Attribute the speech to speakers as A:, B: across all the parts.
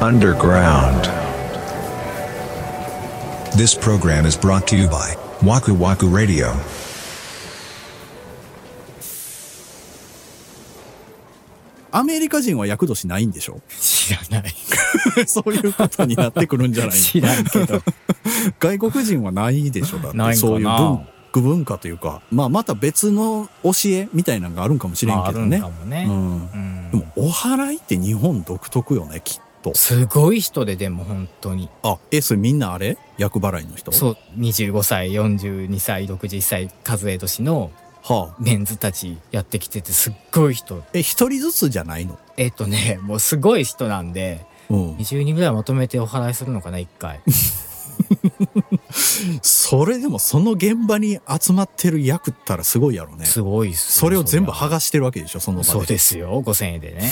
A: underground.
B: This program is brought to you by Waku Waku Radio.
C: アメリカ人は厄年ないんでしょ
D: 知らない。
C: そういうことになってくるんじゃない
D: 知らんけど。
C: 外国人はないでしょだって
D: ないんかな
C: そういう文具文化というか、まあ、また別の教えみたいなのがあるんかもしれ
D: ま
C: ん
D: あ、あ
C: け
D: る
C: ど
D: ん
C: ね
D: か。もね
C: う。ん
D: うん
C: でも、お祓いって日本独特よね、きっと。
D: すごい人で、でも本当に。
C: あ、え、それみんなあれ厄払いの人
D: そう、25歳、42歳、61歳、数え年の
C: はあ。
D: メンズたちやってきてて、すっごい人。
C: え、一人ずつじゃないの
D: えっ、とね、 もうすごい人なんで、
C: うん。
D: 20人ぐらいまとめてお払いするのかな、一回。
C: それでもその現場に集まってる役ったらすごいやろね。
D: すごいっすよ
C: それを全部
D: そ
C: 剥がしてるわけでしょ、その
D: りゃ
C: 場で。
D: そうですよ、5000円でね。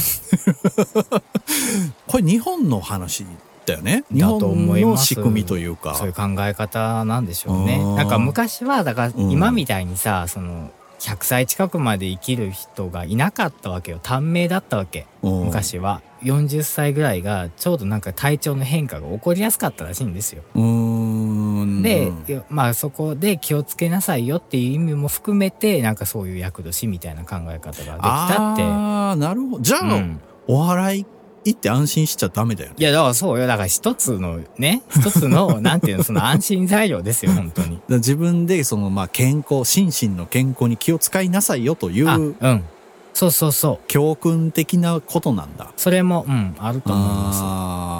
C: これ日本の話だよね。日
D: だと
C: 本
D: 思い
C: の
D: ます
C: 仕組みというか。
D: そういう考え方なんでしょうね
C: うーん。
D: なんか昔は、だから
C: うん
D: 今みたいにさ、その、100歳近くまで生きる人がいなかったわけよ。短命だったわけ。
C: うん
D: 昔は。40歳ぐらいが、ちょうどなんか体調の変化が起こりやすかったらしいんですよ。
C: うーん。
D: で、
C: うん
D: まあそこで気をつけなさいよっていう意味も含めて、なんかそういう厄年みたいな考え方ができたって。
C: ああ、なるほど。じゃあ、
D: うん
C: お祓い行って安心しちゃダメだよね。
D: いや、だからそうよ。だから一つのね、一 つの、なんていうの、その安心材料ですよ、本当に。
C: だから自分で、その、まあ、健康、心身の健康に気を使いなさいよとい
D: あ、う。
C: うん
D: そうそうそう。
C: 教訓的なことなんだ。
D: それも、うん、あると思いま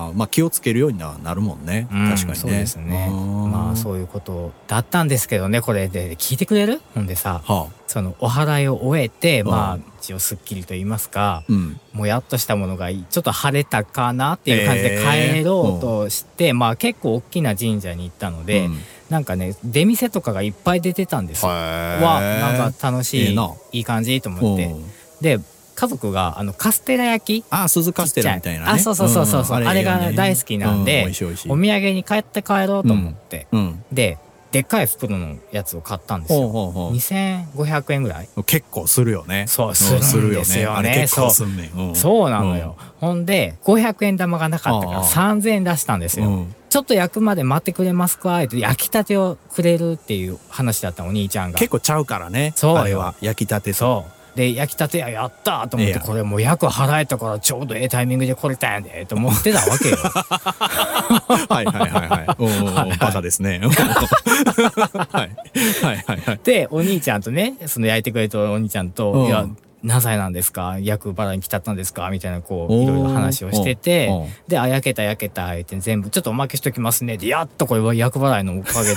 C: ああ、まあ、気をつけるようにはなるもんね。
D: す。うん
C: 確かにね。
D: そうですね。
C: うーん
D: まあ、そういうことだったんですけどね、これで、聞いてくれるほんでさ、
C: はあ、
D: その、お祓いを終えて、
C: うん
D: まあ、一応スッキリと言いますか、
C: うん。
D: もやっとしたものがいいちょっと晴れたかなっていう感じで帰ろうとして、まあ結構大きな神社に行ったので、
C: うん
D: なんかね出店とかがいっぱい出てたんですよ。
C: は
D: はなんか楽しい、
C: ええない
D: い感じと思っ
C: う
D: て
C: ん。
D: で家族があのカステラ焼き
C: ああ、鈴カステラみたいな、ね。
D: ちっちゃいあそうそうそうそうそうんあれが大好きなんで
C: う美味しい美味しい
D: お土。産に買って帰ろうと思って、
C: うん。
D: ででっかい袋のやつを買ったんです
C: ほう
D: よ。
C: ほうほう
D: 2500円ぐらい
C: 結構するよね。
D: そう
C: う
D: するん
C: んするよ
D: です
C: ね。
D: よ
C: あれ
D: ね
C: 結構すんねん。ん
D: そうなのよ。。ほんで、500円玉がなかったか
C: あ
D: ら
C: あ
D: 3000円出したんです
C: う
D: よ。
C: ん。うん
D: ちょっと焼くまで待ってくれますかって焼きたてをくれるっていう話だったお兄ちゃんが。
C: 結構ちゃうからね。
D: そうよ
C: あれは焼きたてう。
D: そう。で、焼きたてややったと思っ
C: ええ
D: て、
C: やん
D: これもう役払えたからちょうどええタイミングで来れたんやで、と思ってた わけよ。
C: はいはいはい はい。おうおうおうバカですね。おうおうはいはいはいはい。
D: で、お兄ちゃんとね、その焼いてくれたお兄ちゃんと、
C: うん
D: いや、何歳なんですか役払いに来たったんですかみたいな、こう、
C: おー
D: いろいろ話をしてて
C: うんうん、
D: で、あ、焼けた焼けた、言って全部、ちょっとおまけしときますね。で、やっとこれは役払いのおかげで、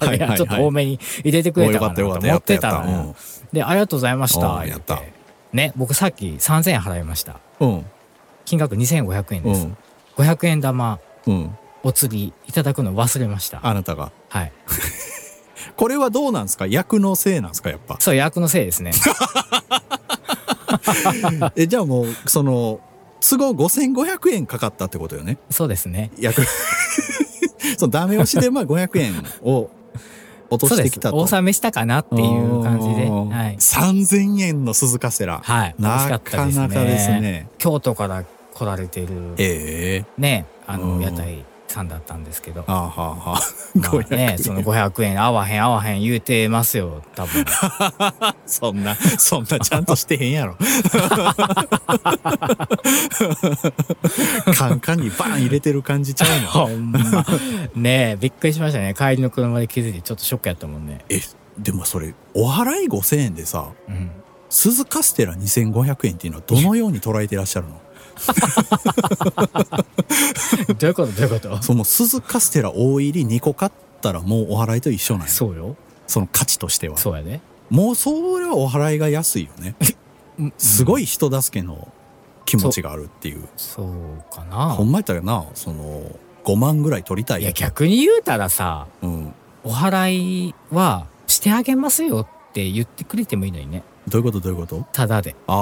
D: あれ ちょっと多めに入れてくれたかなと思ってたの
C: およかったよかったやったやったうん
D: よ。で、ありがとうございました。
C: うんやった
D: 言てね、僕さっき3000円払いました。
C: うん。
D: 金額2500円で
C: う
D: す
C: ん。
D: 500円玉、
C: うん。
D: お釣りいただくの忘れました。
C: あなたが。
D: はい。
C: これはどうなんですか役のせいなんですかやっぱ。
D: そう、役のせいで すね。
C: え、じゃあもう、その、都合5500円かかったってことよね。
D: そうですね。
C: 役。 そのダメ押しでまあ500円を落と
D: そう
C: し
D: で
C: て
D: す
C: きたと。
D: お納めしたかなっていう感じで。
C: おー
D: はい。
C: 3000円の鈴カステラ。
D: はい。美味しか
C: な
D: った
C: か
D: で
C: な
D: すね。
C: かですね。
D: 京都から来られている、
C: ええ
D: ね、あ
C: う
D: の、
C: ん
D: 屋台さんだったんですけど。
C: あはあはあ。
D: まあ
C: 500円。
D: ね、その500円合わへん合わへん言うてますよ、多分。
C: そんな、そんなちゃんとしてへんやろ。カンカンにバン入れてる感じちゃうの。
D: ほんま。ねえ、びっくりしましたね。帰りの車で気づいてちょっとショックやったもんね。
C: え、でもそれ、お払い5000円でさ、
D: うん。
C: 鈴カステラ2500円っていうのはどのように捉えてらっしゃるの
D: どういうことどういうこと
C: その鈴カステラ大入り2個買ったらもうお払いと一緒なんや。そう
D: よ。
C: の価値としては。
D: そうやね。
C: もうそれはお払いが安いよね。すごい人助けの気持ちがあるっていう。
D: そうかな
C: ほ。んまやったらな、その、5万ぐらい取りたい
D: い
C: よ
D: や、逆に言うたらさ、
C: うん。
D: お払いはしてあげますよって言ってくれてもいいのにね。
C: どういうことどういうこと
D: ただで。
C: あ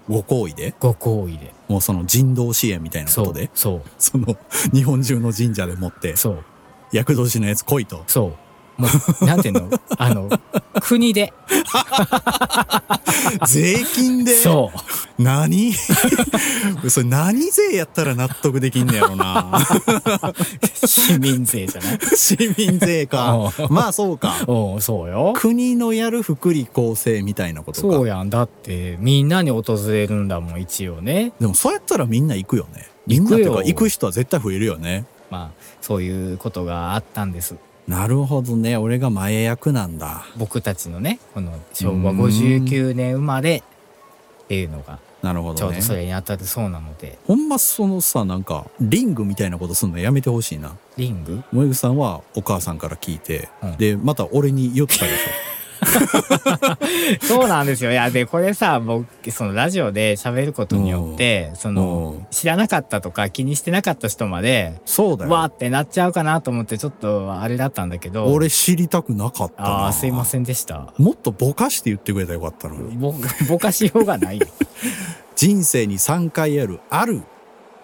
C: ー、ご好意で
D: ご好意で。
C: もうその人道支援みたいなこ
D: そ
C: と
D: う
C: で。
D: そ
C: その、日本中の神社でもって
D: う。、そう。
C: 厄年のやつ来いと。
D: そう。もう、なんていうのあの、国で。
C: 税金で
D: そう。
C: 何 それ何税やったら納得できんねやろな。
D: 市民税じゃない
C: 市民税か。まあそうか。
D: うん、そうよ。
C: 国のやる福利厚生みたいなことか。
D: そうやん。だって、みんなに訪れるんだもん、一応ね。
C: でもそうやったらみんな行くよね。みんなとか行く人は絶対増えるよね。
D: まあ、そういうことがあったんです。
C: なるほどね。俺が前役なんだ。
D: 僕たちのね、この昭和59年生まれっていうのが。
C: なるほど、ね、
D: ちょうどそれに当たるそうなので
C: ほんまそのさなんかリングみたいなことすんのやめてほしいな
D: リング
C: 萌草さんはお母さんから聞いて、うん、でまた俺に言ったでしょ
D: そうなんですよ。いや、で、これさ、僕、そのラジオで喋ることによって、その、知らなかったとか気にしてなかった人まで、
C: そうだよ。
D: わーってなっちゃうかなと思って、ちょっとあれだったんだけど。
C: 俺知りたくなかった
D: ああ、すいませんでした。
C: もっとぼかして言ってくれたらよかったのに。
D: ぼ、ぼかしようがないよ。
C: 人生に3回ある、ある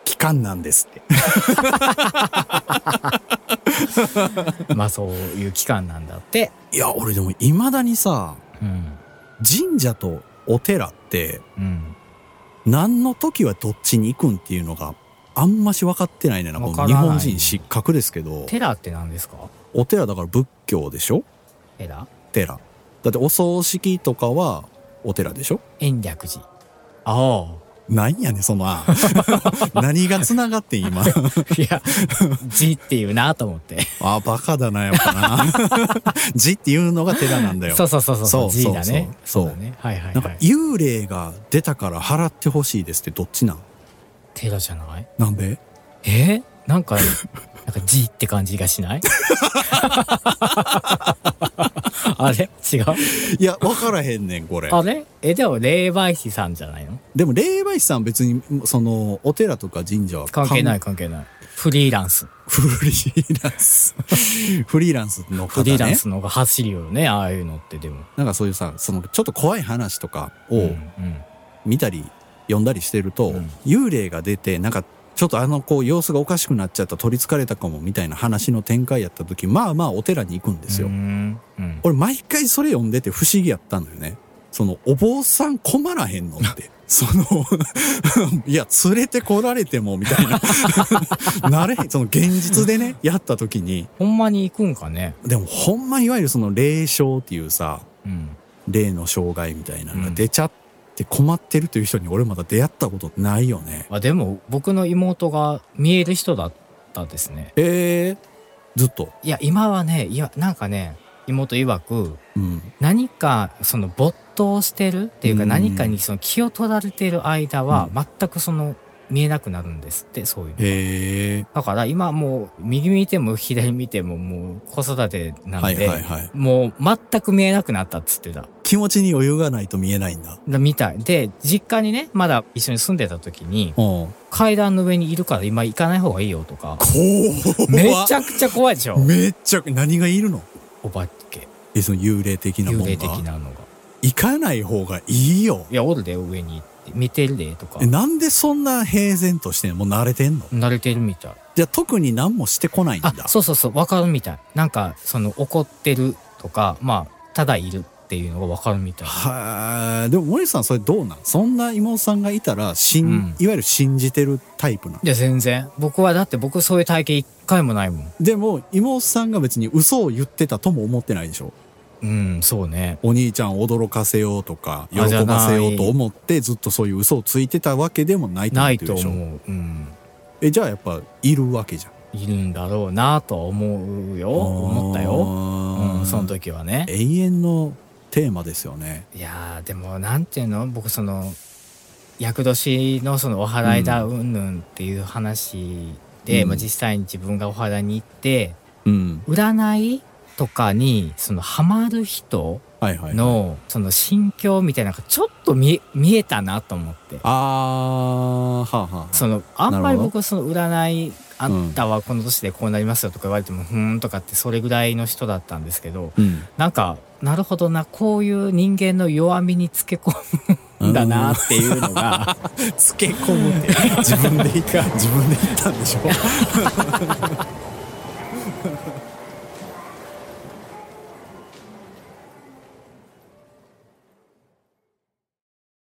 C: 期間なんですって。
D: まあそういう期間なんだって。
C: いや、俺でもいまだにさ、
D: うん、
C: 神社とお寺って、
D: うん、
C: 何の時はどっちに行くんっていうのがあんまし分かってないねなこの日本人失格ですけど。
D: 寺って何ですか
C: お寺だから仏教でしょ
D: 寺
C: 寺。だってお葬式とかはお寺でしょ
D: 延暦寺。ああ。
C: なんやねその 何が繋がって今 い
D: や、字っていうなと思って。
C: あ、バカだな、やっ ぱな。字っていうのが寺なんだよ。
D: そうそうそうそう。字だね。
C: そう
D: だね。はいはい、はい、
C: なんか幽霊が出たから払ってほしいですってどっちなん
D: 寺じゃない
C: なんで
D: えー、なん か、なんか字って感じがしない あれ違う
C: いや、分からへんねん、これ。
D: あれえ、でも、霊媒師さんじゃないの
C: でも、霊媒師さん別に、その、お寺とか神社は
D: 関係ない、関係ない。フリーランス。
C: フリーラン ス。フリーランスの方、ね、
D: フリーランスのが走るよね、ああいうのってでも。、
C: なんかそういうさ、その、ちょっと怖い話とかを、見たり、読んだりしてると、うん、幽霊が出て、なんか、ちょっとあのこう様子がおかしくなっちゃった取りつかれたかもみたいな話の展開やった時まあまあお寺に行くんですよ、うん俺毎回それ読んでて不思議やったのよねそのお坊さん困らへんのってその いや連れてこられてもみたいな なれへんその現実でねやった時に
D: ほんまに行くんかね
C: でもほんまいわゆるその霊障っていうさ、
D: うん、
C: 霊の障害みたいなのが出ちゃって、うんっ困ってるという人に俺まだ出会ったことないよね
D: あでも僕の妹が見える人だったですね
C: えー、ずっと
D: いや今はねいやなんかね妹曰く、
C: うん、
D: 何かその没頭してるっていうか、うん、何かにその気を取られてる間は全くその見えなくなるんですって、うん、そういう
C: へえ
D: だから今もう右見ても左見てももう子育てなので、はいはいはい、もう全く見えなくなったっつってた
C: 気持ちに余裕がないと見えないんだ。
D: みたい。で、実家にね、まだ一緒に住んでた時に、階段の上にいるから今行かない方がいいよとか。めちゃくちゃ怖いでしょ。
C: めっちゃ、何がいるの
D: お化け。
C: え、その幽霊的なも
D: んが幽霊的なのが。
C: 行かない方がいいよ。
D: いや、おるで、上に行って。見てるで、とか。
C: なんでそんな平然としてもう慣れてんの
D: 慣れてるみたい。
C: じゃあ特に何もしてこないんだ。
D: そうそうそう、わかるみたい。なんか、その怒ってるとか、まあ、ただいるっていうのが分かるみたい
C: はでも森さんそれどうなんそんな妹さんがいたらしん、うん、いわゆる信じてるタイプなの
D: いや全然僕はだって僕そういう体験一回もないもん
C: でも妹さんが別に嘘を言ってたとも思ってないでしょ
D: うんそうね
C: お兄ちゃんを驚かせようとか喜ばせようと思ってずっとそういう嘘をついてたわけでもないと
D: 思うでしょないと思う、うん、
C: えじゃあやっぱいるわけじゃん
D: いるんだろうなとは思うよ思ったよ、うん、その時はね
C: 永遠のテーマですよね
D: いやでもなんていうの僕その厄年のそのお祓いだうんぬんっていう話で、うん、まあ、実際に自分がお祓いに行って、
C: うん、
D: 占いとかにそのハマる人のその心境みたいなのがちょっと見見えたなと思って
C: あ、はあはあ、
D: そのあんまり僕その占いあんたはこの年でこうなりますよとか言われても、うん、ふーんとかってそれぐらいの人だったんですけど、
C: うん、
D: なんかなるほどなこういう人間の弱みにつけ込むんだなっていうのが
C: つけ込むって自分で言った自分で言ったんでしょ